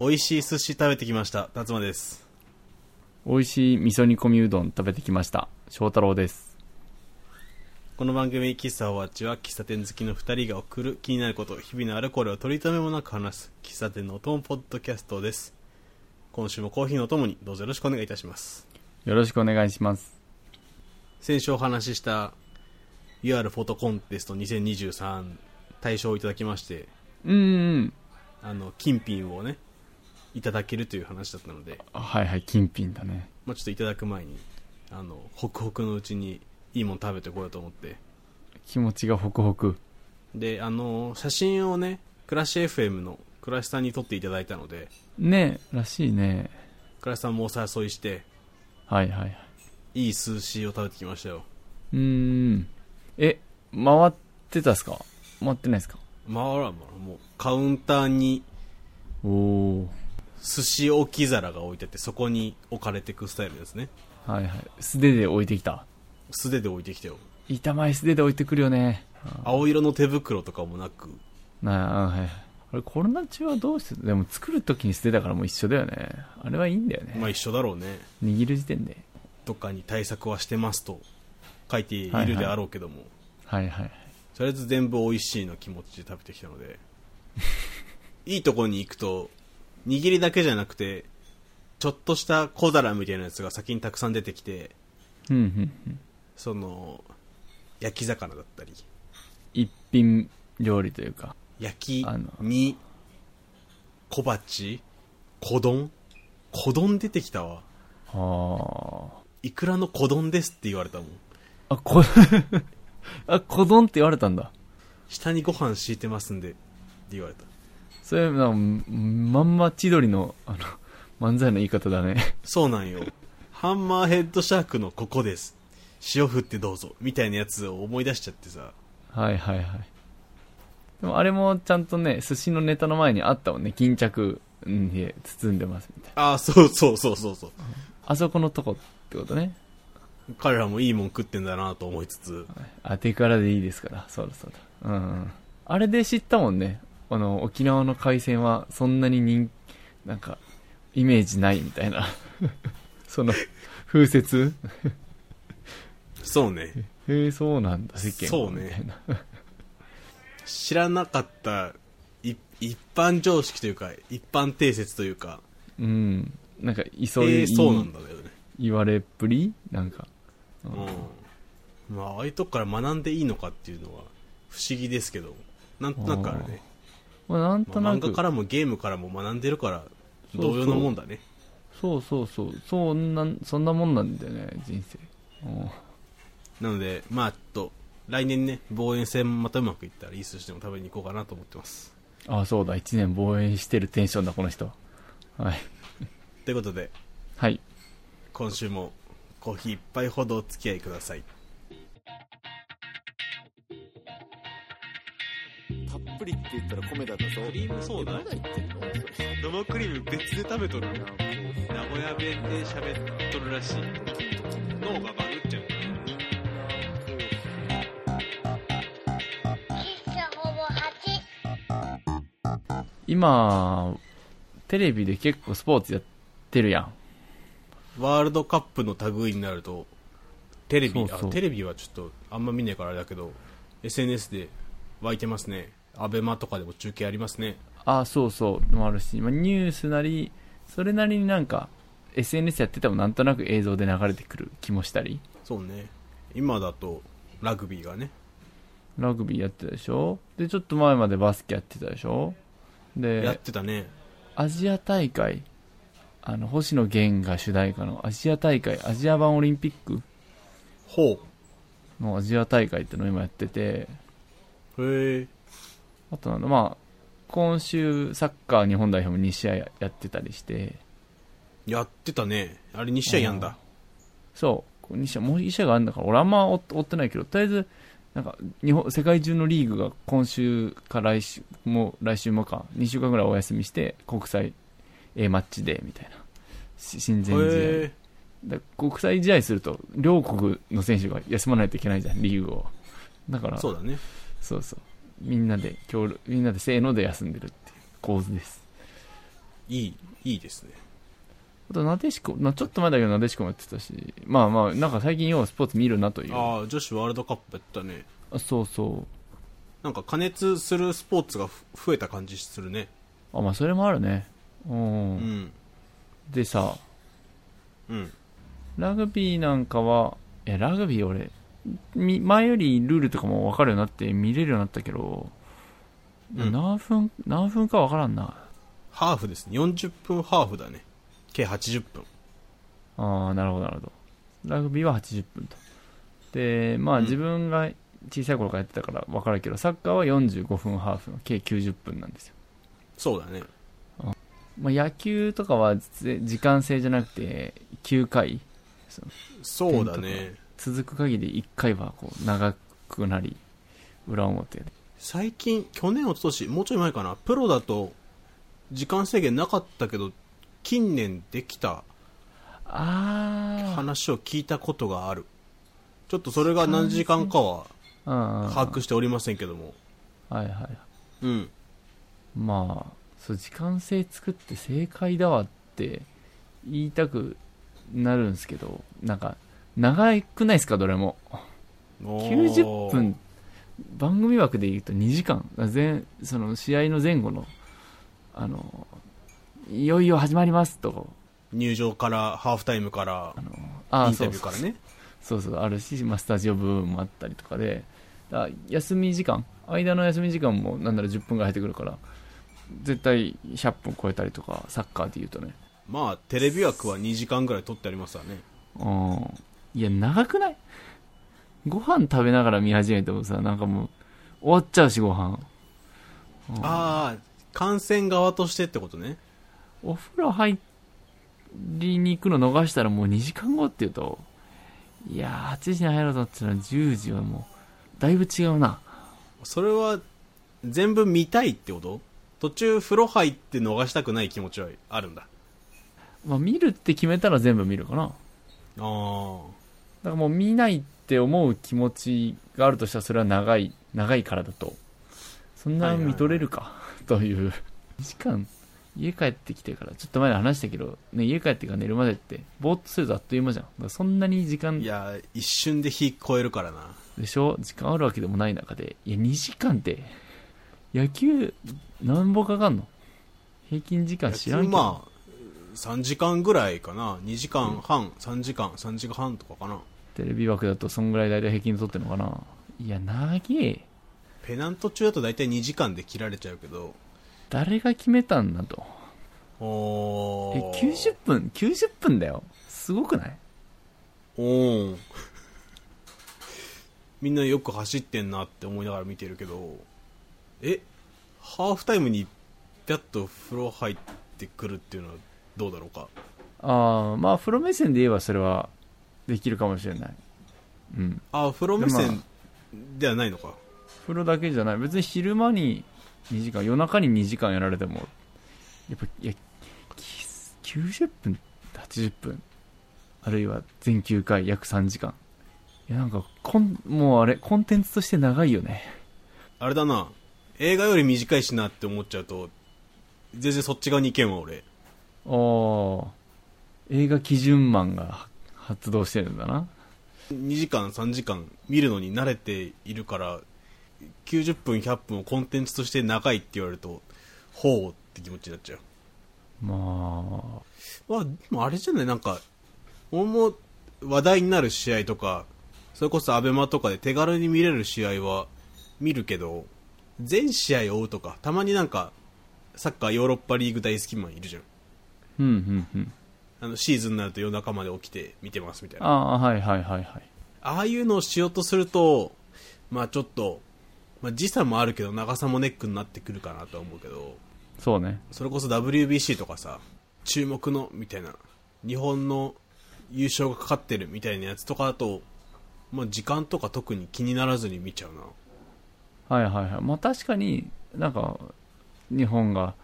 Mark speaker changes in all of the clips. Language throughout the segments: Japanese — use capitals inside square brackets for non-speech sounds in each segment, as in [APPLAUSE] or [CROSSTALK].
Speaker 1: 美味しい寿司食べてきました辰馬です
Speaker 2: 美味しい味噌煮込みうどん食べてきました翔太郎です
Speaker 1: この番組「喫茶おわち」は喫茶店好きの2人が送る気になること日々のあるこれを取り留めもなく話す喫茶店のお供ポッドキャストです今週もコーヒーのお供にどうぞよろしくお願いいたします
Speaker 2: よろしくお願いします
Speaker 1: 先週お話しした UR フォトコンテスト2023大賞をいただきまして
Speaker 2: うーん
Speaker 1: あの金品をねいただけるという話だったので、
Speaker 2: あはいはい金品だね
Speaker 1: まあ、ちょっといただく前にあのホクホクのうちにいいもん食べてこようと思って
Speaker 2: 気持ちがホクホク
Speaker 1: であの写真をねクラシ FM のクラシさんに撮っていただいたので
Speaker 2: ねえらしいね
Speaker 1: クラシさんもお誘いして
Speaker 2: はいはいはい
Speaker 1: いい数詞を食べてきましたよ
Speaker 2: うーんえ回ってたっすか回ってないっすか
Speaker 1: まああらまあもうカウンターに
Speaker 2: おお
Speaker 1: 寿司置き皿が置いてあってそこに置かれてくスタイルですね
Speaker 2: はいはい素手で置いてきた
Speaker 1: 素手で置いてきてよ
Speaker 2: 板前素手で置いてくるよね
Speaker 1: 青色の手袋とかもなく
Speaker 2: なあ、うんはいはい。あれ、コロナ中はどうして、でも作るときに捨てたからもう一緒だよね。あれはいいんだよね。
Speaker 1: まあ一緒だろうね
Speaker 2: 握る時点で。
Speaker 1: どっかに対策はしてますと書いているであろうけども、
Speaker 2: はいはい。
Speaker 1: とりあえず全部美味しいの気持ちで食べてきたので [LAUGHS] いいとこに行くと握りだけじゃなくてちょっとした小皿みたいなやつが先にたくさん出てきて
Speaker 2: うんうんうん。
Speaker 1: その焼き魚だったり
Speaker 2: 一品料理というか。
Speaker 1: 焼き
Speaker 2: あの
Speaker 1: 煮小鉢小丼小丼出てきたわ
Speaker 2: は
Speaker 1: イクラの小丼ですって言われたもん
Speaker 2: あ。あ、こ、 [LAUGHS] あ、子丼って言われたんだ。
Speaker 1: 下にご飯敷いてますんでって言われた
Speaker 2: それ、なんかまんま千鳥の、あの、漫才の言い方だね。 [LAUGHS]
Speaker 1: そうなんよ。ハンマーヘッドシャークのここです。塩振ってどうぞ。みたいなやつを思い出しちゃってさ。
Speaker 2: はいはいはい。でもあれもちゃんとね、寿司のネタの前にあったもんね。巾着うんで包んでますみたいな。
Speaker 1: ああ、そうそうそうそうそう。
Speaker 2: あそこのとこってことね。
Speaker 1: 彼らもいいもん食ってんだなと思いつつ。
Speaker 2: 当てからでいいですからそうだそうだうんうんあれで知ったもんねあの沖縄の海鮮はそんなに人なんかイメージないみたいな [LAUGHS] その風説
Speaker 1: そうね。
Speaker 2: [LAUGHS] へえそうなんだ世間
Speaker 1: そう
Speaker 2: は
Speaker 1: ね
Speaker 2: みたいな
Speaker 1: 知らなかった、い一般常識というか、一般定説というか、
Speaker 2: うんなんか急
Speaker 1: え
Speaker 2: い、
Speaker 1: ーそうなんだよね。
Speaker 2: 言われっぷりなんか
Speaker 1: うん。まあ、ああいうとこから学んでいいのかっていうのは不思議ですけど、なんとなくあるね。
Speaker 2: まあなんと
Speaker 1: まあ
Speaker 2: な
Speaker 1: 漫画
Speaker 2: く、
Speaker 1: からもゲームからも学んでるから、
Speaker 2: そう
Speaker 1: 同様のもんだね。
Speaker 2: そうそうそうそんなそんなもんなんだよね人生うん
Speaker 1: なので、まあ、ちょっと、来年ね、防衛戦またうまくいったら、いい寿司でも食べに行こうかなと思ってます。
Speaker 2: あそうだ1年防衛してるテンションだこの人はい、
Speaker 1: ということで、
Speaker 2: はい、
Speaker 1: 今週もコーヒー一杯ほどお付き合いください。
Speaker 3: たっぷりって言ったら米だったぞ。
Speaker 1: リームソーダ生クリーム別で食べとる名古屋弁で喋っとるらしい。脳がバグっちゃう。
Speaker 4: 喫茶ほぼ8。 [LAUGHS]
Speaker 2: 今テレビで結構スポーツやってるやん
Speaker 1: ワールドカップの類になると、テレビ、
Speaker 2: そうそう
Speaker 1: あテレビはちょっとあんま見ないからあれだけど、SNS で湧いてますね。アベマとかでも中継ありますね。
Speaker 2: あそうそうのもあるし、まあ、ニュースなりそれなりになんか SNS やっててもなんとなく映像で流れてくる気もしたり
Speaker 1: そうね。今だと、ラグビーがね、
Speaker 2: ラグビーやってたでしょでちょっと前までバスケやってたでしょ
Speaker 1: やっ
Speaker 2: で
Speaker 1: てたね。
Speaker 2: アジア大会あの星野源が主題歌のアジア大会アジア版オリンピック
Speaker 1: ほ
Speaker 2: のアジア大会ってのを今やってて
Speaker 1: う。へえ。
Speaker 2: あとなんだ、まあ、今週、サッカー日本代表も2試合やってたりして、
Speaker 1: やってたね。あれ2試合やんだ。
Speaker 2: そう、2試合、もう1試合があるんだから、俺あんま追追ってないけど、とりあえず、なんか、日本、世界中のリーグが今週か来週も、来週もか、2週間ぐらいお休みして、国際 A マッチで、みたいな。し親
Speaker 1: へ
Speaker 2: 善試合
Speaker 1: え。。
Speaker 2: だ国際試合すると、両国の選手が休まないといけないじゃん、リーグを。だから、
Speaker 1: そうだね。
Speaker 2: そうそうみんなで協力みんなでせーので休んでるっていう構図です
Speaker 1: いい、いいですね。
Speaker 2: あと、なでしこ、まあ、ちょっと前だけどなでしこもやってたし、まあまあ、なんか最近ようスポーツ見るなという。
Speaker 1: ああ、女子ワールドカップやったね。
Speaker 2: あそうそ
Speaker 1: なんか加熱するスポーツがふ増えた感じするね。
Speaker 2: う。あ、まあ、それもあるね。う
Speaker 1: う
Speaker 2: ん。
Speaker 1: ん。
Speaker 2: でさ、
Speaker 1: うん。
Speaker 2: ラグビーなんかは、いや、ラグビー俺、み前よりルールとかも分かるようになって見れるようになったけど、
Speaker 1: うん
Speaker 2: 何分、何分か分からんな。
Speaker 1: ハーフですね。40分ハーフだね。計80分。
Speaker 2: ああ、なるほど、なるほど。ラグビーは80分と。で、まあ
Speaker 1: うん
Speaker 2: 自分が小さい頃からやってたから分かるけど、サッカーは45分ハーフの計90分なんですよ。
Speaker 1: そうだね。
Speaker 2: まあ野球とかはぜ時間制じゃなくて、9回、
Speaker 1: そうだね。
Speaker 2: 続く限り1回はこう長くなり、裏表で。
Speaker 1: 最近、去年、一昨年もうちょい前かな、プロだと時間制限なかったけど、近年できた
Speaker 2: あ
Speaker 1: 話を聞いたことがある。ちょっとそれが何時間かは
Speaker 2: あ、うんうん。
Speaker 1: 把握しておりませんけども。
Speaker 2: はいはい。
Speaker 1: うん。
Speaker 2: まあ、そう、時間制作って正解だわって言いたくなるんですけど、なんか、長くないですか、どれも。90分、番組枠で言うと2時間、前、その試合の前後の、あの、いよいよ始まりますとか、
Speaker 1: 入場から、ハーフタイムから、
Speaker 2: あ
Speaker 1: イ
Speaker 2: あ、
Speaker 1: ン
Speaker 2: そ
Speaker 1: タ
Speaker 2: う
Speaker 1: ビュー
Speaker 2: そ
Speaker 1: か
Speaker 2: う
Speaker 1: ら、ね。
Speaker 2: そうそう、あるし、まあ、スタジオ部分もあったりとかで、だから休み時間、間の休み時間も、なんなら10分ぐらい入ってくるから、絶対100分超えたりとか、サッカーで言うとね。
Speaker 1: まあ、テレビ枠は2時間ぐらい取ってありますわね。
Speaker 2: うん。いや、長くないご飯食べながら見始めてもさ、なんかもう、終わっちゃうし、ご飯。うん
Speaker 1: ああ、観戦側としてってことね。
Speaker 2: お風呂入りに行くの逃したらもう2時間後っていうと、いやー、8時に入ろうと思ってたら10時はもう、だいぶ違うな。
Speaker 1: それは、全部見たいってこと途中風呂入って逃したくない気持ちはあるんだ。
Speaker 2: まあ、見るって決めたら全部見るかな。だ
Speaker 1: ああ。
Speaker 2: からもう見ないって思う気持ちがあるとしたらそれは長い、長いからだと。そんな見とれるか、という。2時間、家帰ってきてから、ちょっと前に話したけど、ね、家帰ってから寝るまでって、ぼーっとするとあっという間じゃん。だからそんなに時間
Speaker 1: いや、一瞬で火超えるからな。
Speaker 2: でしょ時間あるわけでもない中で、いや、2時間って、野球、何本かかんの平均時間知らんけど。
Speaker 1: まあ、3時間ぐらいかな。2時間半、3時間、3時間半とかかな。
Speaker 2: テレビ枠だとそんぐらい大体平均で撮ってるのかな。いや、長え。
Speaker 1: ペナント中だと大体2時間で切られちゃうけど。
Speaker 2: 誰が決めたんだと。
Speaker 1: お
Speaker 2: え、
Speaker 1: ー。
Speaker 2: 90分 ?90 分だよ。すごくない
Speaker 1: おー。みんなよく走ってんなって思いながら見てるけど、え、ハーフタイムにぴゃっと風呂入ってくるっていうのはどうだろうか。
Speaker 2: ああ、まあ、プロ目線で言えばそれはできるかもしれない。うん。
Speaker 1: あ、風呂目
Speaker 2: でま
Speaker 1: 線ではないのか。
Speaker 2: プロだけじゃない。別に昼間に2時間、夜中に2時間やられても、やっぱ、いや、き90分、80分、あるいは全9回約3時間。いや、なんか、こん、もうあれ、コンテンツとして長いよね。
Speaker 1: あれだな、映画より短いしなって思っちゃうと、全然そっち側に行けんわ、俺。
Speaker 2: あー映画基準マンが発動してるんだな。
Speaker 1: 2時間、3時間見るのに慣れているから、90分、100分をコンテンツとして長いって言われると、ほうって気持ちになっちゃう。
Speaker 2: ま
Speaker 1: まあ、でもあれじゃないなんか、俺も話題になる試合とか、それこそアベマとかで手軽に見れる試合は見るけど、全試合追うとか、たまになんか、サッカーヨーロッパリーグ大好きマンいるじゃん。
Speaker 2: あ、うんうんうん。
Speaker 1: あの、シーズンになると夜中まで起きて見てますみたいな。あ
Speaker 2: ああー、はいはいはいはい。
Speaker 1: あいうのをしようとすると、まあちょっと、まあ時差もあるけど長さもネックになってくるかなとは思うけど、
Speaker 2: そうね。
Speaker 1: それこそ WBC とかさ、注目のみたいな、日本の優勝がかかってるみたいなやつとかだと、まあ、時間とか特に気にならずに見ちゃうな。
Speaker 2: はいはいはい。まあ確かに、なんか、日本が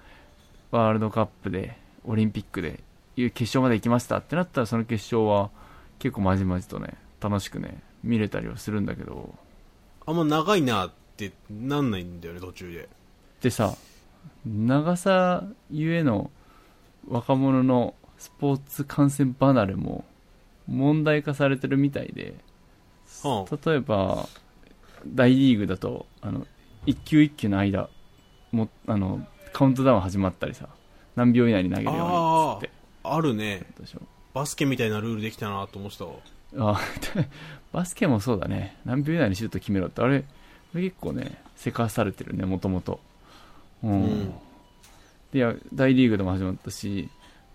Speaker 2: ワールドカップで、オリンピックで、いう決勝まで行きましたってなったら、その決勝は結構まじまじとね、楽しくね、見れたりはするんだけど。
Speaker 1: あんま長いなってなんないんだよね、途中で。
Speaker 2: でさ、長さゆえの、若者のスポーツ観戦離れも問題化されてるみたいで、
Speaker 1: はあ、
Speaker 2: 例えば、大リーグだと、あの、一球一球の間、も、あの、カウントダウン始まったりさ、何秒以内に投げるようにっつって
Speaker 1: あるね
Speaker 2: やったでしょ。
Speaker 1: バスケみたいなルールできたなと思ってたわ
Speaker 2: あ [LAUGHS] バスケもそうだね。何秒以内にシュート決めろって、あれ、あれ結構ね、せかされてるね、もともと。う
Speaker 1: うん
Speaker 2: ん。でいや、大リーグでも始まったし、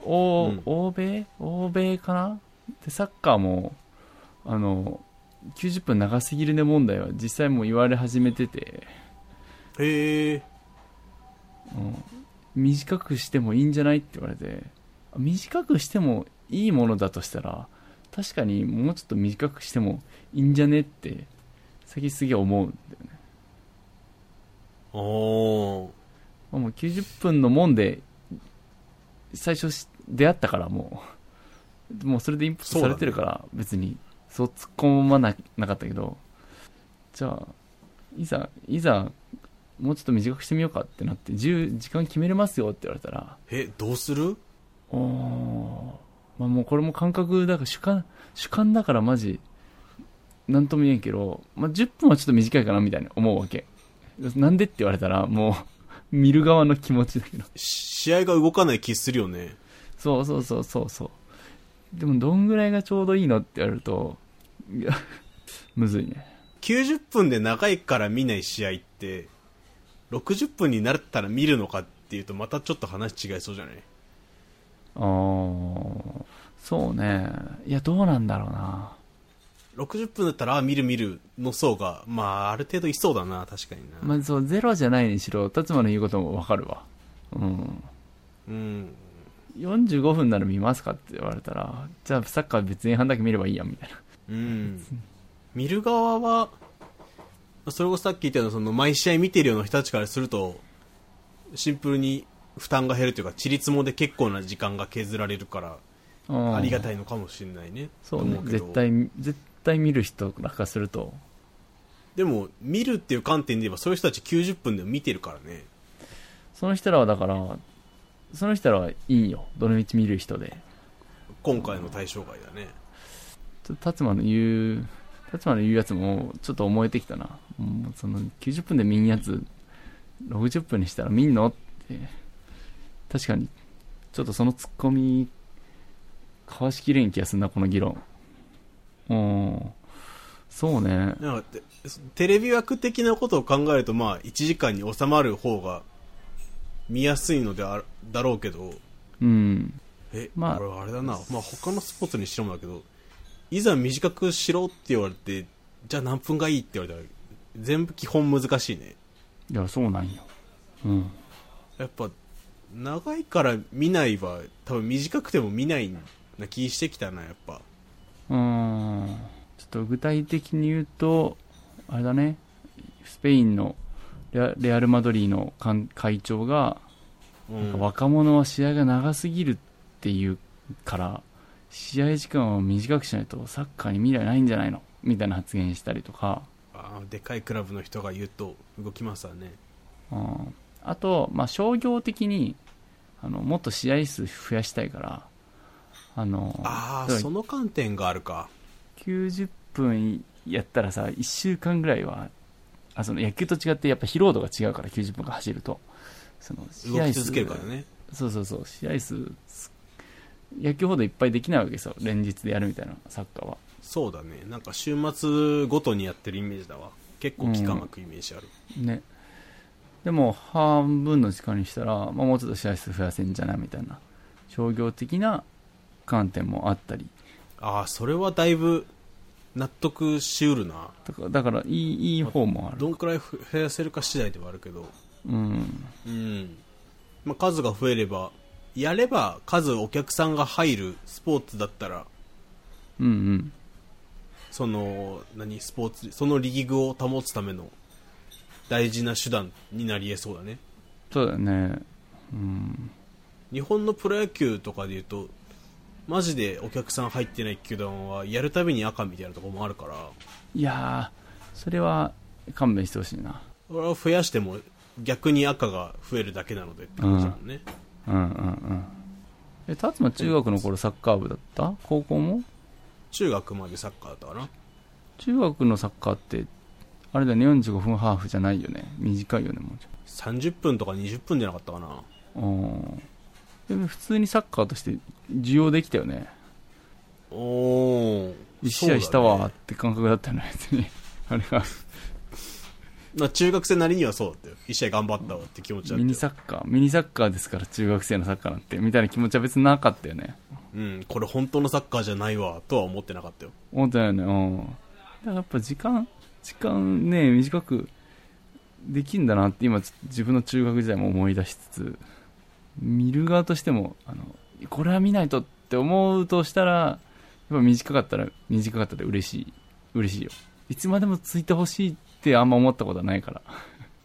Speaker 2: お
Speaker 1: うん
Speaker 2: 欧米欧米かなで、サッカーも、あの、90分長すぎるね問題は実際もう言われ始めてて、
Speaker 1: へえ
Speaker 2: うん、短くしてもいいんじゃないって言われて短くしてもいいものだとしたら確かにもうちょっと短くしてもいいんじゃねって先すげえ思うんだよね、
Speaker 1: おお
Speaker 2: まあもう90分のもんで最初し出会ったからもう [LAUGHS] もうそれでインプットされてるから別にそう突っ込まななかったけどじゃあいざいざもうちょっと短くしてみようかってなって10時間決めれますよって言われたら
Speaker 1: ーえどうする
Speaker 2: おーまあもうこれも感覚だから主観主観だからマジなんとも言えんけど、まあ、10分はちょっと短いかなみたいに思うわけなんでって言われたらもう見る側の気持ちだけど
Speaker 1: し試合が動かない気するよね
Speaker 2: そうそうそうそうそうでもどんぐらいがちょうどいいのって言われると [LAUGHS] いやむずいね
Speaker 1: 90分で長いから見ない試合って60分になったら見るのかっていうとまたちょっと話違いそうじゃない
Speaker 2: あーそうねいやどうなんだろうな
Speaker 1: 60分だったらあ見る見るの層がまあある程度いそうだな確かにな、
Speaker 2: まあそうゼロじゃないにしろ辰馬の言うこともわかるわうん
Speaker 1: うん
Speaker 2: 45分なら見ますかって言われたらじゃあサッカー別に半だけ見ればいいやんみたい
Speaker 1: [LAUGHS] う
Speaker 2: な
Speaker 1: ん見る側はそれこそさっき言ったようなその毎試合見てるような人たちからするとシンプルに負担が減るというかちりつもで結構な時間が削られるから
Speaker 2: うん
Speaker 1: ありがたいのかもしれないね
Speaker 2: そう
Speaker 1: と
Speaker 2: ね
Speaker 1: 思けど
Speaker 2: 絶対絶対見る人らからすると
Speaker 1: でも見るっていう観点で言えばそういう人たち90分でも見てるからね
Speaker 2: その人らはだからその人らはいいよどの道見る人で
Speaker 1: 今回の対象外だね
Speaker 2: ちょっと達馬の言う達馬の言うやつもちょっと思えてきたなもうその90分で見んやつ60分にしたら見んのって確かにちょっとそのツッコミかわしきれん気がすんなこの議論うんそうね
Speaker 1: なんかてテレビ枠的なことを考えるとまあ1時間に収まる方が見やすいのであだろうけど
Speaker 2: うん
Speaker 1: え、
Speaker 2: まあ
Speaker 1: 俺はあれだな、まあ、他のスポーツにしろもだけどいざ短くしろって言われてじゃあ何分がいいって言われたら全部基本難しいね
Speaker 2: いやそうなんようん
Speaker 1: やっぱ長いから見ないは多分短くても見ないな気してきたなやっぱ
Speaker 2: うーんちょっと具体的に言うと、あれだね、スペインのレアレアル・マドリーの会会長が、
Speaker 1: うん
Speaker 2: 若者は試合が長すぎるっていうから、試合時間を短くしないとサッカーに未来ないんじゃないのみたいな発言したりとか、
Speaker 1: あーでかいクラブの人が言うと動きますわね
Speaker 2: うんあと、まあ、商業的にあのもっと試合数増やしたいから、あの
Speaker 1: ああ
Speaker 2: 例えば
Speaker 1: その観点があるか
Speaker 2: 90分やったらさ1週間ぐらいはあその野球と違ってやっぱ疲労度が違うから90分が走るとその
Speaker 1: 動き続けるからね
Speaker 2: そうそうそう試合数す野球ほどいっぱいできないわけさ連日でやるみたいなサッカーは
Speaker 1: そうだねなんか週末ごとにやってるイメージだわ結構期間空くイメージある、
Speaker 2: ねでも半分の時間にしたら、まあ、もうちょっと試合数増やせんじゃないみたいな商業的な観点もあったり
Speaker 1: ああそれはだいぶ納得しうるな
Speaker 2: だからだからいいいい方もある
Speaker 1: どんくらいふ増やせるか次第ではあるけど
Speaker 2: うん
Speaker 1: うん、まあ、数が増えればやれば数お客さんが入るスポーツだったら
Speaker 2: うんうん
Speaker 1: その何スポーツそのリーグを保つための大事な手段になりえそうだね
Speaker 2: そうだよねうん
Speaker 1: 日本のプロ野球とかでいうとマジでお客さん入ってない球団はやるたびに赤みたいなところもあるから
Speaker 2: いやー、それは勘弁してほしいな。
Speaker 1: これを増やしても逆に赤が増えるだけなのでって感じだもんね、
Speaker 2: うんうんうん。え、達馬中学の頃サッカー部だった高校も
Speaker 1: 中学までサッカーだったかな
Speaker 2: 中学のサッカーって、あれだね、45分ハーフじゃないよね。短いよね、もうち
Speaker 1: 30分とか20分じゃなかったかな
Speaker 2: ょっと。うん。で普通にサッカーとして需要できたよね。
Speaker 1: おお
Speaker 2: 1試合したわーって感覚だったの、別に。あれが、
Speaker 1: まあ、中学生なりにはそうだったよ一試合頑張ったわって気持ちだった
Speaker 2: ミ
Speaker 1: よ
Speaker 2: ニサッカー、ミニサッカーですから、中学生のサッカーなんて、みたいな気持ちは別になかったよね。
Speaker 1: うんこれ本当のサッカーじゃないわとは思ってなかったよ
Speaker 2: 思ってないよね。うん。だからやっぱ時間、時間ね、短くできんだなって、今、ちょっと自分の中学時代も思い出しつつ、見る側としても、あの、これは見ないとって思うとしたら、やっぱ短かったら、短かったで嬉しい。嬉しいよ。いつまでもついてほしいってあんま思ったことはないから。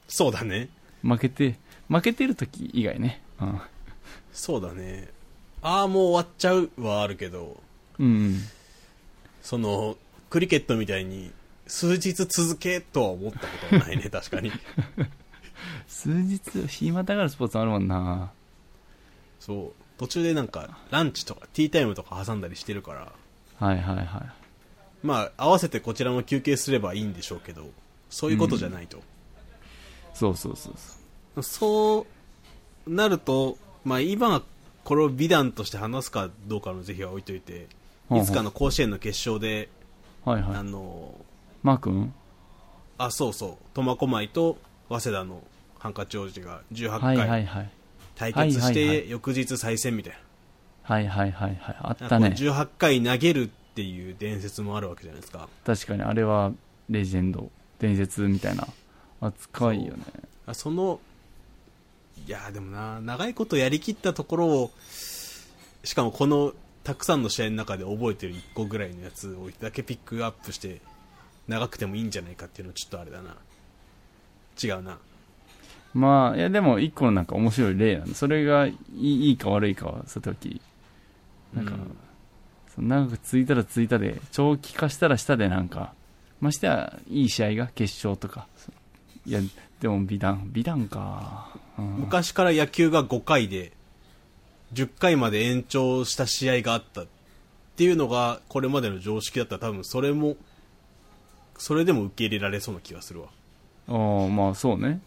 Speaker 1: そうだね
Speaker 2: 負けて、負けてる時以外ね。うん。
Speaker 1: そうだねああもう終わっちゃうはあるけど
Speaker 2: うん。
Speaker 1: そのクリケットみたいに数日続けとは思ったことはない [LAUGHS] ね確かに
Speaker 2: 数日、暇だからスポーツあるもんな。
Speaker 1: そう途中でなんかランチとかティータイムとか挟んだりしてるから
Speaker 2: はいはいは
Speaker 1: まあ合わせてこちらも休憩すればいいんでしょうけどそういうことじゃないと、
Speaker 2: い。そうそうそうそう。
Speaker 1: そうなると、まあ、今はこれを美談として話すかどうかの是非は置いといて
Speaker 2: ほう
Speaker 1: い
Speaker 2: ほう
Speaker 1: つかの甲子園の決勝で
Speaker 2: はいは
Speaker 1: あ
Speaker 2: い。
Speaker 1: の
Speaker 2: マー君
Speaker 1: あそうそう苫小牧と早稲田のハンカチ王子が18
Speaker 2: はいは
Speaker 1: 回
Speaker 2: いはい。
Speaker 1: 対決し
Speaker 2: はいはいは
Speaker 1: て翌日再戦みたいな
Speaker 2: はいはいはいはい。あっ
Speaker 1: なん
Speaker 2: た
Speaker 1: かこう
Speaker 2: ね。
Speaker 1: 18回投げるっていう伝説もあるわけじゃないですか
Speaker 2: 確かに、あれはレジェンド、伝説みたいな扱いよね。
Speaker 1: あそのいやーでもな長いことやりきったところをしかもこのたくさんの試合の中で覚えてる1個ぐらいのやつをだけピックアップして長くてもいいんじゃないかっていうのはちょっとあれだな違うな
Speaker 2: まあ、いやでも一個のなんか面白い例なんで、それがいいいいか悪いかは、さておき。なんか、
Speaker 1: うん
Speaker 2: その長くついたらついたで、長期化したらしたでなんか、ましてや、いい試合が決勝とか。そういや、でも美談、美談か。うん
Speaker 1: 昔から野球が5回で10回まで延長した試合があったっていうのがこれまでの常識だったら多分それもそれでも受け入れられそうな気がするわ
Speaker 2: ああまあそうね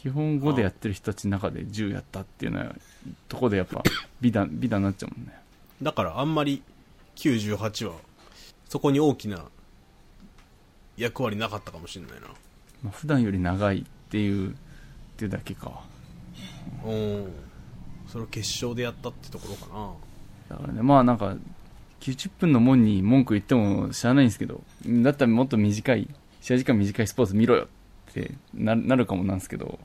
Speaker 2: 基本5でやってる人たちの中で10やったっていうのはとこでやっぱ [COUGHS] 美談美談になっちゃうもんね
Speaker 1: だからあんまり98はそこに大きな役割なかったかもしれないな
Speaker 2: まあ普段より長いっていうっていうだけか
Speaker 1: うんそれを決勝でやったってところかな
Speaker 2: だからねまあなんか90分のもんに文句言っても知らないんですけどだったらもっと短い試合時間短いスポーツ見ろよってななるかもなんですけど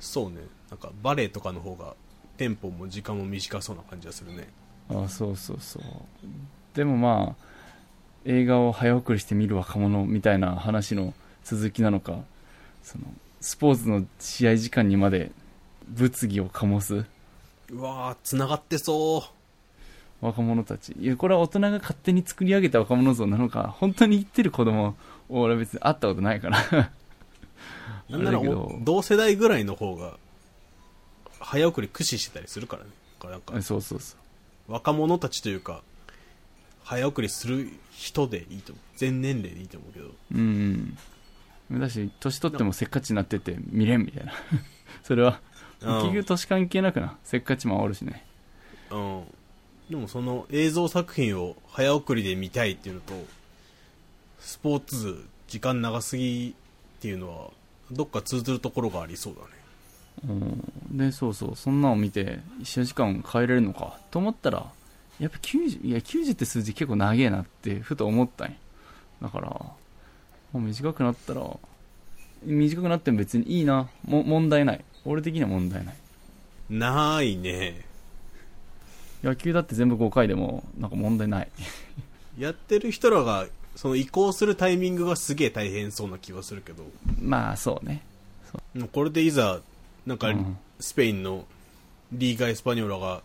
Speaker 1: そうねなんかバレーとかの方がテンポも時間も短そうな感じがするね
Speaker 2: ああそうそうそうでもまあ映画を早送りして見る若者みたいな話の続きなのかそのスポーツの試合時間にまで物議を醸す
Speaker 1: うわー繋がってそ
Speaker 2: 若者たちいやこれは大人が勝手に作り上げた若者像なのか本当に言ってる子供を俺は別に会ったことないから
Speaker 1: うなんなら
Speaker 2: あれだけど
Speaker 1: お同世代ぐらいの方が早送り駆使してたりするからねだからなんか
Speaker 2: [LAUGHS] そうそうそう
Speaker 1: 若者たちというか早送りする人でいいと思う全年齢でいいと思うけど
Speaker 2: うんうんだし年取ってもせっかちになってて見れんみたいなそれは
Speaker 1: うん
Speaker 2: 結局年関係なくなせっかちもおるしね
Speaker 1: うん、でもその映像作品を早送りで見たいっていうのとスポーツ時間長すぎっていうのはどっか通ずるところがありそうだね
Speaker 2: うんでそうそうそんなのを見て試合時間変えれるのかと思ったらやっぱ90いや90って数字結構長えなってふと思ったんよだからもう短くなったら短くなっても別にいいなも問題ない俺的には問題ない
Speaker 1: ないね
Speaker 2: 野球だって全部5回でもなんか問題ない
Speaker 1: やってる人らがその移行するタイミングがすげえ大変そうな気はするけど
Speaker 2: まあそうね
Speaker 1: もうこれでいざなんか
Speaker 2: うん
Speaker 1: スペインのリーガ・エスパニョーラが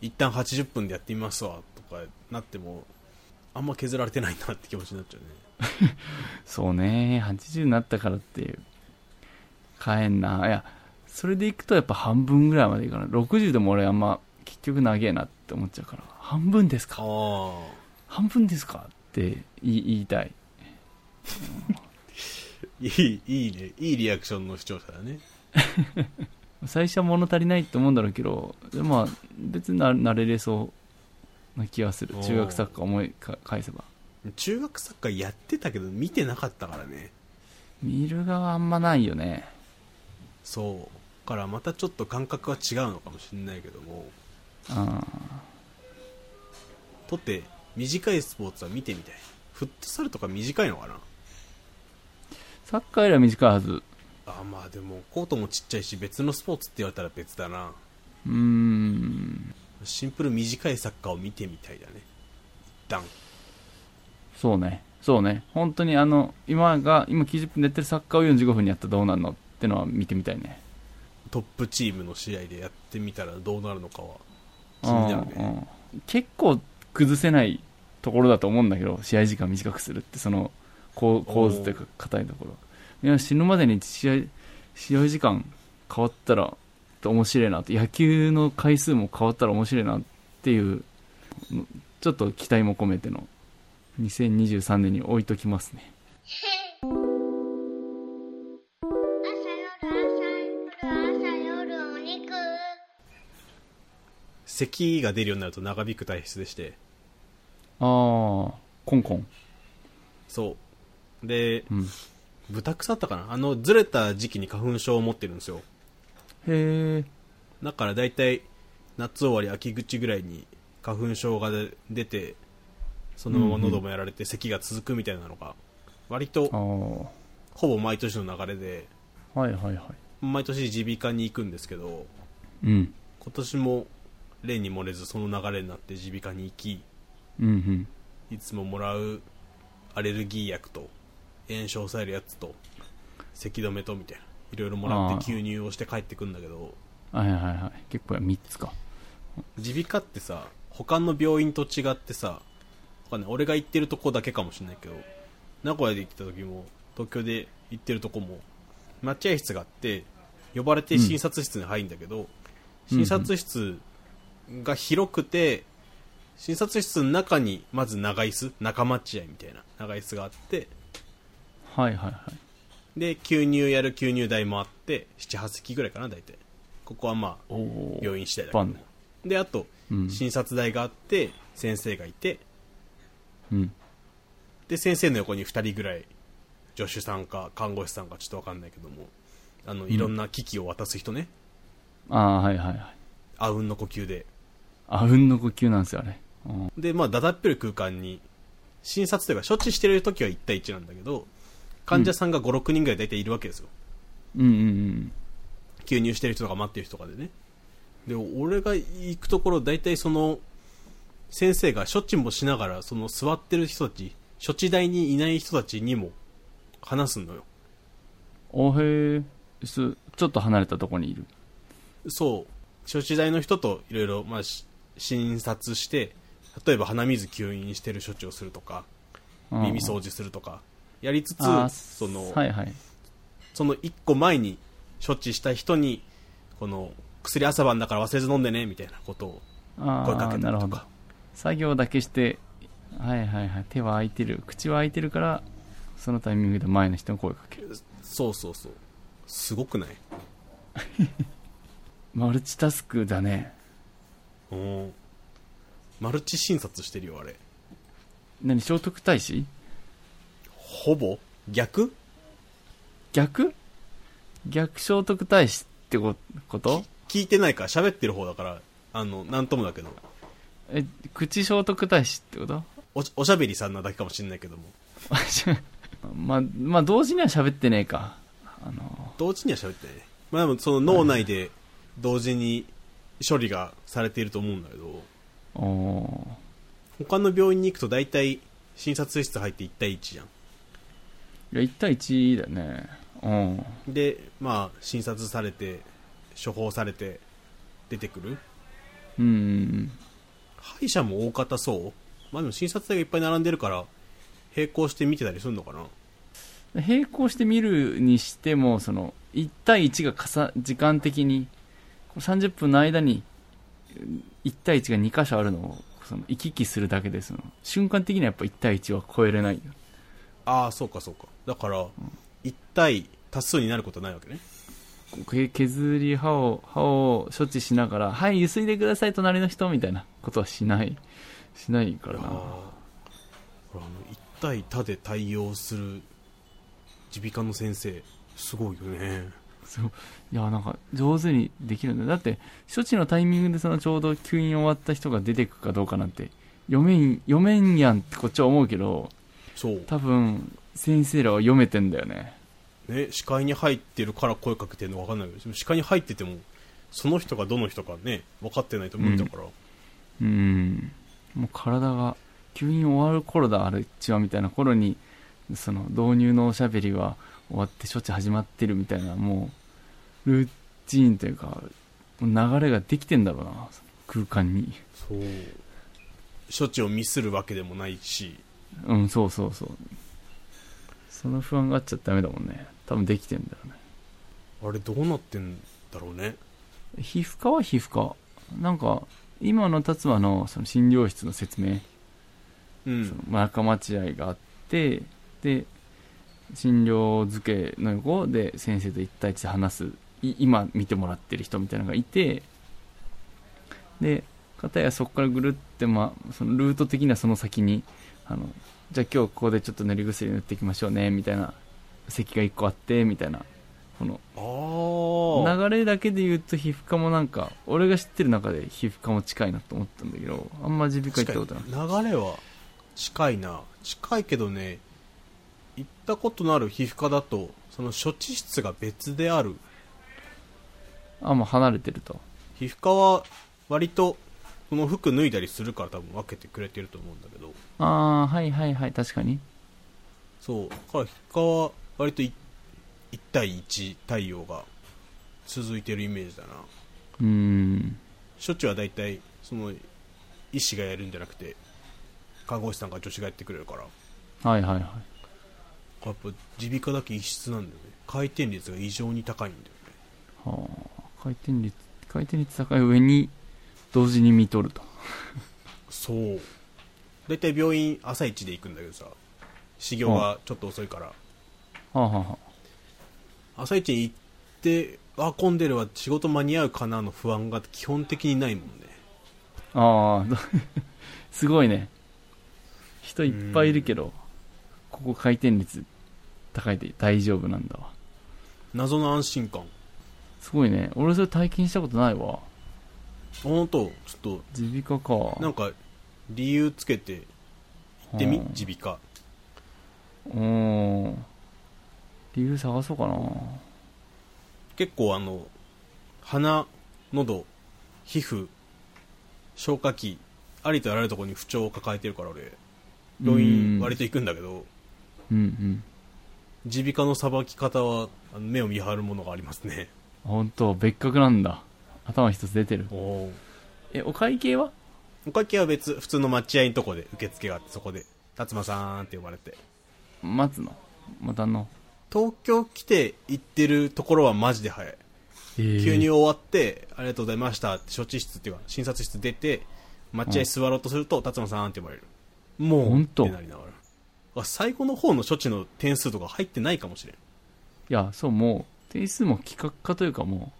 Speaker 1: 一旦80分でやってみますわとかなってもあんま削られてないなって気持ちになっちゃうね
Speaker 2: そうね80になったからって変えんないやそれでいくとやっぱ半分ぐらいまでいかない60でも俺あんま結局長えなって思っちゃうから、半分です
Speaker 1: あ
Speaker 2: か
Speaker 1: あ
Speaker 2: 半分ですかって言い言いたい。
Speaker 1: いいいいねいいリアクションの視聴者だね
Speaker 2: 最初は物足りないって思うんだろうけど、でまあ、別にな慣れれそうな気がする
Speaker 1: お。ー
Speaker 2: 中学サッカー思いか返せば。
Speaker 1: 中学サッカーやってたけど見てなかったからね
Speaker 2: 見る側あんまないよね。
Speaker 1: そうからまたちょっと感覚は違うのかもしれないけども
Speaker 2: あ
Speaker 1: とって短いスポーツは見てみたいフットサルとか短いのかな
Speaker 2: サッカーよりは短いはず。
Speaker 1: あーまあでもコートもちっちゃいし別のスポーツって言われたら別だな
Speaker 2: うーん、
Speaker 1: シンプル短いサッカーを見てみたいだね一旦
Speaker 2: そうね。そうね。本当にあの、今が、今90分でやってるサッカーを45分にやったらどうなるのってのは見てみたいね。
Speaker 1: トップチームの試合でやってみたらどうなるのかは気になるね
Speaker 2: うんうん結構崩せないところだと思うんだけど試合時間短くするってそのこう構図というか硬いところいや死ぬまでに試合試合時間変わったら面白いなと野球の回数も変わったら面白いなっていううんちょっと期待も込めての2023年に置いときますね
Speaker 4: 朝夜朝夜朝夜お肉
Speaker 1: 咳が出るようになると長引く体質でして
Speaker 2: ああコンコン
Speaker 1: そうで
Speaker 2: うんへ
Speaker 1: 豚草だったかなあのずれた時期に花粉症を持ってるんですよ
Speaker 2: え
Speaker 1: だから大体夏終わり秋口ぐらいに花粉症が出てそのまま喉もやられて咳が続くみたいなのが割と
Speaker 2: ああは
Speaker 1: ほぼ毎年の流れで
Speaker 2: いはいはい
Speaker 1: 毎年耳鼻科に行くんですけど
Speaker 2: うん
Speaker 1: 今年も例に漏れずその流れになって耳鼻科に行き
Speaker 2: うんうん
Speaker 1: いつももらうアレルギー薬と炎症を抑えるやつと咳止めとみたいないろいろもらって吸入をして帰ってくんだけど
Speaker 2: はいはいはい結構や3つか
Speaker 1: 耳鼻科ってさ他の病院と違ってさわかんない俺が行ってるとこだけかもしれないけど名古屋で行ってた時も東京で行ってるとこも待合室があって呼ばれて診察室に入るんだけど、診察室が広くて診察室の中にまず長椅子仲間待合みたいな長椅子があって
Speaker 2: はいはいはい
Speaker 1: で吸入やる吸入台もあって78席ぐらいかな大体ここはまあ
Speaker 2: おお
Speaker 1: 病院次第だけ
Speaker 2: バ
Speaker 1: ど
Speaker 2: ン
Speaker 1: であと
Speaker 2: うん
Speaker 1: 診察台があって先生がいて
Speaker 2: うん
Speaker 1: で先生の横に2人ぐらい助手さんか看護師さんかちょっと分かんないけどもあのいろんな機器を渡す人ね
Speaker 2: ああはいはいはい
Speaker 1: あうんの呼吸で
Speaker 2: あうんの呼吸なんですよあれうん
Speaker 1: でまあだだっぺる空間に診察というか処置してる時は1対1なんだけど患者さんが56人ぐらい大体いるわけですよ
Speaker 2: うんうん
Speaker 1: 吸入してる人とか待ってる人とかでねで俺が行くところ大体その先生が処置もしながらその座ってる人たち処置台にいない人たちにも話すのよ
Speaker 2: うんおへえすちょっと離れたとこにいる
Speaker 1: そう処置台の人といろいろまあし診察して例えば鼻水吸引してる処置をするとか耳
Speaker 2: う
Speaker 1: 掃除するとかやりつつ
Speaker 2: あー
Speaker 1: その、
Speaker 2: はいはい
Speaker 1: その1個前に処置した人にこの薬朝晩だから忘れず飲んでねみたいなことを声
Speaker 2: あ
Speaker 1: か
Speaker 2: あ
Speaker 1: け
Speaker 2: な
Speaker 1: たり
Speaker 2: るほ
Speaker 1: と
Speaker 2: ど
Speaker 1: か
Speaker 2: 作業だけしてはいはいはい手は空いてる口は空いてるからそのタイミングで前の人に声かける
Speaker 1: そうそうそうすごくない
Speaker 2: マルチタスクだね
Speaker 1: うんマルチ診察してるよあれ
Speaker 2: 何聖徳太子
Speaker 1: ほぼ逆
Speaker 2: 逆逆聖徳太子ってここと
Speaker 1: 聞いてないから喋ってる方だからあのなんともだけど
Speaker 2: え口聖徳太子ってこと [LAUGHS]
Speaker 1: おしおしゃべりさんなだけかもしれないけども
Speaker 2: まあ、まあ、同時には喋ってねえか。あの、
Speaker 1: 同時には喋ってないね、まあ、でもその脳内で同時に処理がされていると思うんだけど
Speaker 2: お
Speaker 1: 他の病院に行くと大体診察室入って1対1じゃん
Speaker 2: ーいや、1対1だよね。うん。
Speaker 1: でまあ診察されて処方されて出てくる
Speaker 2: うん。
Speaker 1: 歯医者も大方そうまあでも診察台がいっぱい並んでるから並行して見てたりするのかな
Speaker 2: 並行して見るにしても、その、1対1がかさ、時間的に、こう30分の間に、うん1対1が2箇所あるのを、その行き来するだけで、その、瞬間的にはやっぱ1対1は超えれないよ。
Speaker 1: ああそうかそうかだから1対多数になることはないわけね
Speaker 2: け削り歯を歯を処置しながら「はいゆすいでください隣の人」みたいなことはしないしないから
Speaker 1: あ
Speaker 2: な
Speaker 1: あの1対多で対応する耳鼻科の先生すごいよね
Speaker 2: そういやなんか上手にできるんだだって処置のタイミングでそのちょうど吸引終わった人が出てくかどうかなんて読めん読めんやんってこっちは思うけど
Speaker 1: そう
Speaker 2: 多分先生らは読めてんだよね
Speaker 1: ね視界に入ってるから声かけてるのか分かんないけどでも視界に入っててもその人がどの人かね分かってないと無理だから、
Speaker 2: うんもう体が吸引終わる頃だあれっちはみたいな頃にその導入のおしゃべりは終わって処置始まってるみたいなもうルーチンというかもう流れができてんだろうな空間に
Speaker 1: そう処置をミスるわけでもないし
Speaker 2: うんそうそうそうその不安があっちゃダメだもんね多分できてんだよね
Speaker 1: あれどうなってんだろうね
Speaker 2: 皮膚科は皮膚科なんか今の達馬のその診療室の説明
Speaker 1: う
Speaker 2: その
Speaker 1: ん
Speaker 2: 村上待合があってで診療付けの横で先生と一対一で話すい今見てもらってる人みたいなのがいてで片やそこからぐるって、まあ、そのルート的にはその先にあのじゃあ今日ここでちょっと塗り薬塗っていきましょうねみたいな咳が1個あってみたいなこの
Speaker 1: ああ
Speaker 2: 流れだけで言うと皮膚科もなんか俺が知ってる中で皮膚科も近いなと思ったんだけどあんま耳鼻
Speaker 1: 確
Speaker 2: 科行っ
Speaker 1: か
Speaker 2: たことない
Speaker 1: に流れは近いな近いけどね行ったことのある皮膚科だとその処置室が別である
Speaker 2: あもう離れてると
Speaker 1: 皮膚科は割とこの服脱いだりするから多分分けてくれてると思うんだけど
Speaker 2: ああはいはいはい確かに
Speaker 1: そうだから皮膚科は割とい1対1対応が続いてるイメージだな
Speaker 2: うーん
Speaker 1: 処置は大体その医師がやるんじゃなくて看護師さんが助手がやってくれるから
Speaker 2: はいはいはい
Speaker 1: やっぱ耳鼻科だけ異質なんだよね回転率が異常に高いんだよね
Speaker 2: はあ回転率回転率高い上に同時に見とると
Speaker 1: そう大体病院朝一で行くんだけどさ始業がちょっと遅いから、
Speaker 2: はあはあは
Speaker 1: 朝一に行ってあ混んでるわ仕事間に合うかなの不安が基本的にないもんね
Speaker 2: ああーど [LAUGHS] すごいね人いっぱいいるけどここ回転率高いで大丈夫なんだわ
Speaker 1: 謎の安心感
Speaker 2: すごいね俺それ体験したことないわ
Speaker 1: 本当ちょっ
Speaker 2: 耳鼻科か
Speaker 1: となんか理由つけて行ってみ
Speaker 2: うん
Speaker 1: 耳鼻科
Speaker 2: うん理由探そうかな
Speaker 1: 結構あの鼻喉皮膚消化器ありとあらゆるところに不調を抱えてるから俺病院割
Speaker 2: と
Speaker 1: と行くんだけど
Speaker 2: うんうん
Speaker 1: 耳鼻科のさばき方はあの目を見張るものがありますね
Speaker 2: 本当別格なんだ頭一つ出てる
Speaker 1: おお
Speaker 2: えお会計は
Speaker 1: お会計は別普通の待合のとこで受付があってそこで辰馬さんって呼ばれて
Speaker 2: 待つのまたの
Speaker 1: 東京来て行ってるところはマジで早い急に終わって、ありがとうございましたって処置室っていうか診察室出て待合座ろうとすると、辰馬さんって呼ばれるもう
Speaker 2: ほんと
Speaker 1: ってなりながらあ最後の方の処置の点数とか入ってないかもしれん
Speaker 2: いやそうもう定数も企画化というかも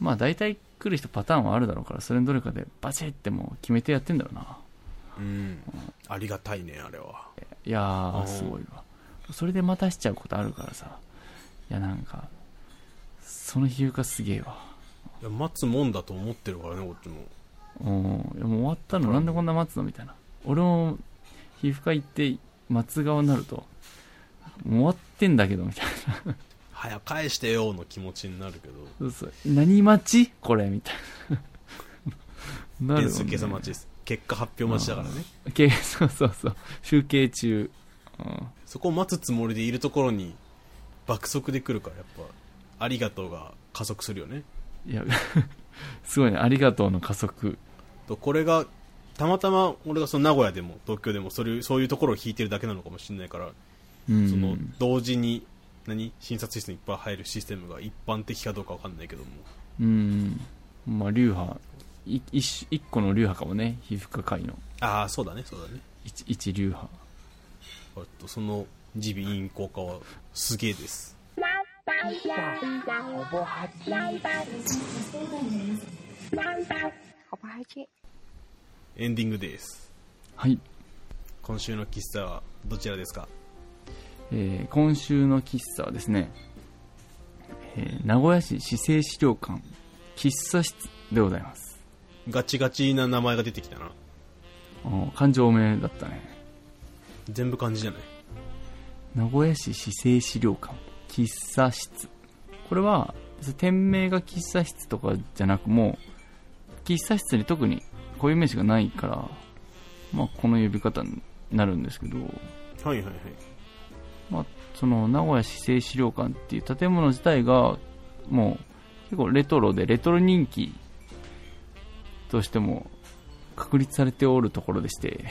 Speaker 2: うまあ大体来る人パターンはあるだろうからそれのどれかでバチッってもう決めてやってんだろうな
Speaker 1: うんありがたいねあれはい
Speaker 2: や
Speaker 1: う
Speaker 2: ー
Speaker 1: ん
Speaker 2: すごいわそれで待たしちゃうことあるからさいやなんかその比喩がすげえわ
Speaker 1: いや待つもんだと思ってるからねこっちも
Speaker 2: うんいやもう終わったのなんでこんな待つのみたいな俺も皮膚科行って待つ側になるともう終わってんだけどみたいな
Speaker 1: 早く返してよの気持ちになるけど
Speaker 2: そうそう何待ちこれみたい [LAUGHS] なな
Speaker 1: 点
Speaker 2: もん
Speaker 1: 数計算待ちです結果発表待ちだからね
Speaker 2: けそうそうそう集計中、うん、
Speaker 1: そこを待つつもりでいるところに爆速で来るからやっぱありがとうが加速するよね
Speaker 2: いや [LAUGHS] すごいねありがとうの加速
Speaker 1: とこれがたまたま俺がその名古屋でも東京でもそれそういうところを引いてるだけなのかもしれないから、
Speaker 2: うん
Speaker 1: その同時に何診察室にいっぱい入るシステムが一般的かどうかわかんないけども
Speaker 2: うんまあ流派い一一個の流派かもね皮膚科会の
Speaker 1: ああそうだねそうだね
Speaker 2: 一一流派
Speaker 1: あとその耳鼻咽喉科はすげえですエンディングです
Speaker 2: はい、
Speaker 1: 今週の喫茶はどちらですか
Speaker 2: えー今週の喫茶はですね、えー名古屋市市政資料館喫茶室でございます
Speaker 1: ガチガチな名前が出てきたな
Speaker 2: お感情名だったね
Speaker 1: 全部漢字じゃない
Speaker 2: 名古屋市市政資料館喫茶室これは店名が喫茶室とかじゃなくもう喫茶室に特に固有名詞がないから、まあ、この呼び方になるんですけど
Speaker 1: はいはいはい
Speaker 2: まあ、その名古屋市政資料館っていう建物自体がもう結構レトロでレトロ人気としても確立されておるところでして、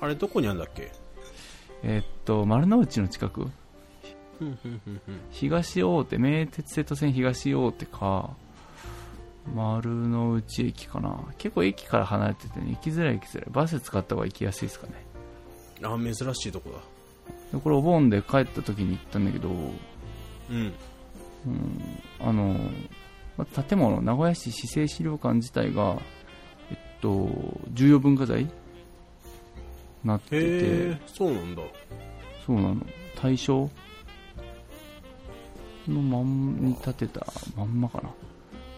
Speaker 1: あれどこにあるんだっけ
Speaker 2: えーっと丸の内の近く東大手名鉄瀬戸線東大手か丸の内駅かな結構駅から離れてて、ね、行きづらい行きづらいバス使った方が行きやすいですかね
Speaker 1: あー珍しいとこだ
Speaker 2: でこれお盆で帰った時に行ったんだけど
Speaker 1: うん
Speaker 2: うんあの、まあ建物、名古屋市市政資料館自体が、えっと、重要文化財なって
Speaker 1: へえ
Speaker 2: て、
Speaker 1: そうなんだ
Speaker 2: そうなの、大正のまんに建てたまんまかな。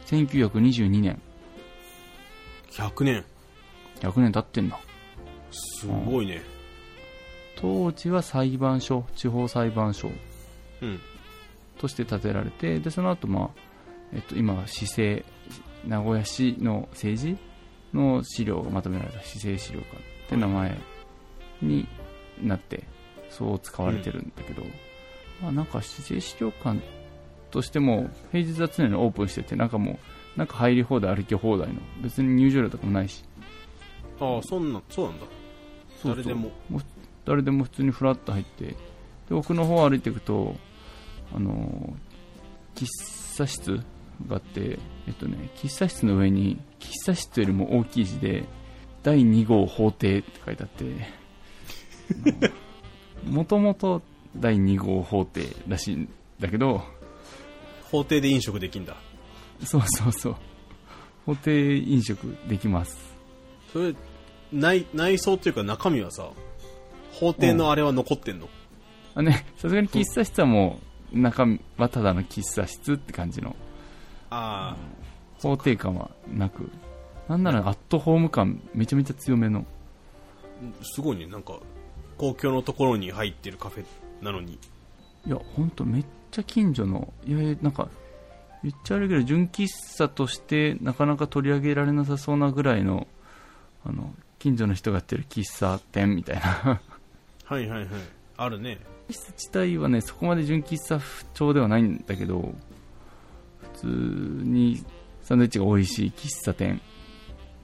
Speaker 2: 1922年、
Speaker 1: 100年
Speaker 2: 100年経ってんだ。
Speaker 1: すごいね
Speaker 2: 当時は裁判所、地方裁判所
Speaker 1: うん
Speaker 2: として建てられて、で、その後、まあ、えっと、今は市政、名古屋市の政治の資料がまとめられた市政資料館って名前になって、そう使われてるんだけど、まあなんか市政資料館としても、平日は常にオープンしてて、なんかもう、なんか入り放題、歩き放題の、別に入場料とかもないし、
Speaker 1: ああそんなそうなんだ
Speaker 2: そうそう
Speaker 1: 誰でも
Speaker 2: 誰でも普通にフラッと入ってで奥の方を歩いていくとあのー喫茶室があってえっとね喫茶室の上に喫茶室よりも大きい字で「第2号法廷」って書いてあってあのもともと第2号法廷らしいんだけど
Speaker 1: 法廷で飲食できんだ
Speaker 2: そうそうそう法廷飲食できます
Speaker 1: それ内内装というか中身はさ法廷のあれは残ってんの、
Speaker 2: あねさすがに喫茶室はもう中身はただの喫茶室って感じの
Speaker 1: ああ
Speaker 2: 肯定感はなくなんならアットホーム感めちゃめちゃ強めの
Speaker 1: すごいねなんか公共のところに入ってるカフェなのに
Speaker 2: いやほんとめっちゃ近所のいやいやなんか言っちゃ悪いけど純喫茶としてなかなか取り上げられなさそうなぐらいのあの近所の人がやってる喫茶店みたいな
Speaker 1: はいはいはいあるね
Speaker 2: 喫茶自体はねそこまで純喫茶調ではないんだけど普通にサンドイッチが美味しい喫茶店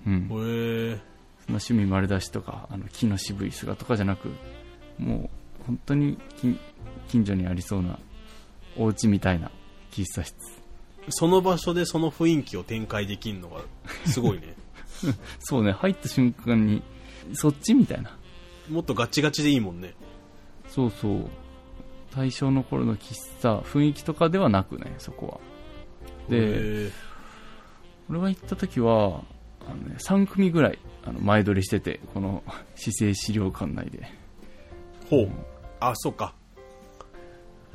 Speaker 2: うん
Speaker 1: へえ
Speaker 2: そんな趣味丸出しとかあの木の渋い姿とかじゃなくもう本当に近近所にありそうなお家みたいな喫茶室
Speaker 1: その場所でその雰囲気を展開できるのがすごい [LAUGHS] ね
Speaker 2: [LAUGHS] そうね入った瞬間にそっちみたいな
Speaker 1: もっとガチガチでいいもんね
Speaker 2: そうそう大正の頃の喫茶雰囲気とかではなくねそこは
Speaker 1: へ
Speaker 2: で
Speaker 1: え
Speaker 2: 俺が行った時はあの、ね、3組ぐらいあの前撮りしててこの [LAUGHS] 市政資料館内で
Speaker 1: ほうあそうか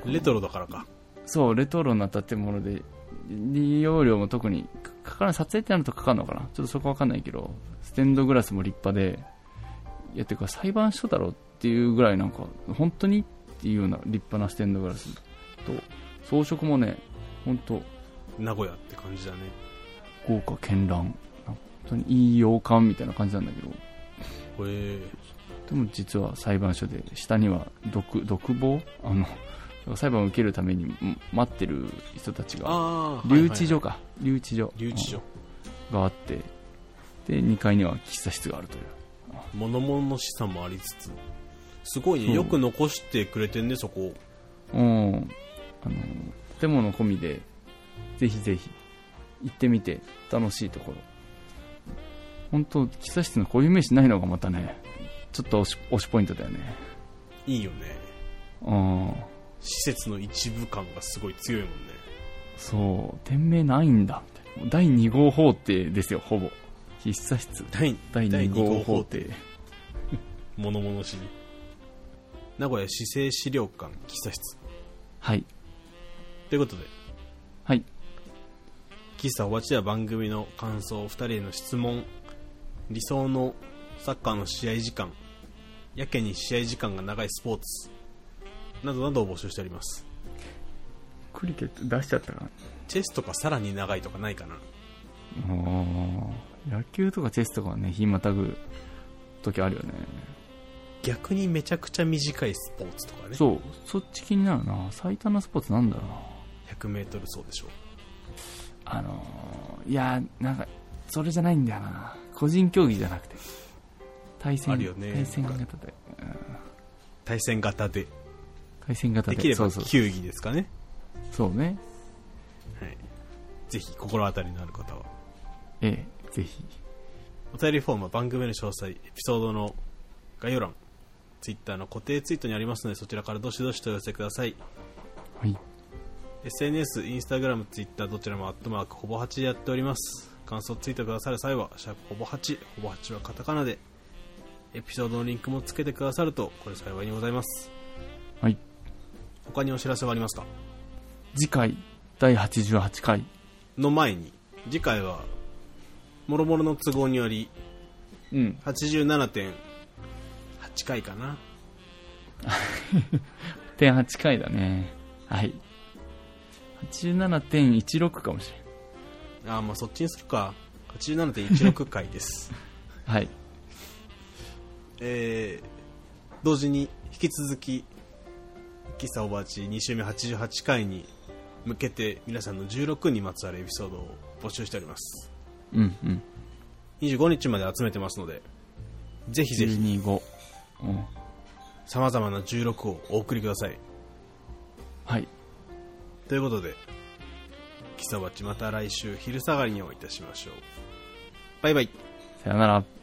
Speaker 1: レトロだからか
Speaker 2: そう、レトロな建物で、利用料も特にかかからん、撮影ってなるとかかるのかなちょっとそこわかんないけど、ステンドグラスも立派で、いや、てか裁判所だろっていうぐらいなんか、本当にっていうような立派なステンドグラスと、装飾もね、本当
Speaker 1: 名古屋って感じだね
Speaker 2: 豪華絢爛。なんか本当にいい洋館みたいな感じなんだけど、
Speaker 1: へえ
Speaker 2: でも実は裁判所で、下には独、独房あの、裁判を受けるためにん待ってる人たちが
Speaker 1: ああ
Speaker 2: 留置所か、留置所
Speaker 1: 留置所
Speaker 2: があってで2階には喫茶室があるという
Speaker 1: 物々しさもありつつすごい
Speaker 2: そ
Speaker 1: ね
Speaker 2: う
Speaker 1: よく残してくれてんねそこ
Speaker 2: うんあの建物込みでぜひぜひ行ってみて楽しいところ本当喫茶室のこういう名詞ないのがまたねちょっと推し推しポイントだよね
Speaker 1: いいよね
Speaker 2: うん
Speaker 1: 施設の一部感がすごい強いもんね
Speaker 2: そう店名ないんだみたいな第2号法廷ですよほぼ喫茶室
Speaker 1: 第
Speaker 2: 第2号法廷
Speaker 1: 物々しい名古屋市政資料館喫茶室
Speaker 2: はい
Speaker 1: ということで
Speaker 2: はい
Speaker 1: 喫茶おばちや番組の感想2人への質問理想のサッカーの試合時間やけに試合時間が長いスポーツなどなどを募集しております
Speaker 2: クリケット出しちゃったかな
Speaker 1: チェスとかさらに長いとかないかな
Speaker 2: 野球とかチェスとかはね日またぐ時あるよね
Speaker 1: 逆にめちゃくちゃ短いスポーツとかね
Speaker 2: そうそっち気になるな最短のスポーツなんだろうな
Speaker 1: 100m そうでしょう
Speaker 2: あのーいやなんかそれじゃないんだよな個人競技じゃなくて対戦
Speaker 1: あるよね
Speaker 2: 対戦型で
Speaker 1: 対戦型で
Speaker 2: 対戦型で
Speaker 1: できれ
Speaker 2: そ
Speaker 1: ば
Speaker 2: うそう
Speaker 1: 球技ですかね
Speaker 2: そうね
Speaker 1: はい、ぜひ心当たりのある方は
Speaker 2: ええぜひ
Speaker 1: お便りフォームは番組の詳細エピソードの概要欄ツイッターの固定ツイートにありますのでそちらからどしどしとお寄せください
Speaker 2: はい
Speaker 1: SNS、インスタグラム、ツイッターどちらもアットマークほぼ8でやっております感想ツイートくださる際はシャープほぼ8ほぼ8はカタカナでエピソードのリンクもつけてくださるとこれ幸いにございます
Speaker 2: はい
Speaker 1: 他にお知らせはありますか
Speaker 2: 次回第88回
Speaker 1: の前に次回はもろもろの都合により
Speaker 2: うん
Speaker 1: 87.8回かな
Speaker 2: 点8回だねはい87.16かもしれん
Speaker 1: あーまあそっちにするか87.16回です
Speaker 2: はい
Speaker 1: えー同時に引き続き「喫茶おばあち」2週目88回に向けて皆さんの16にまつわるエピソードを募集しております
Speaker 2: うんうん
Speaker 1: 25日まで集めてますのでぜひぜひ
Speaker 2: 125うん
Speaker 1: さまざまな16をお送りください
Speaker 2: はい
Speaker 1: ということで喫茶おばあちまた来週昼下がりにお会いいたしましょうバイバイ
Speaker 2: さよなら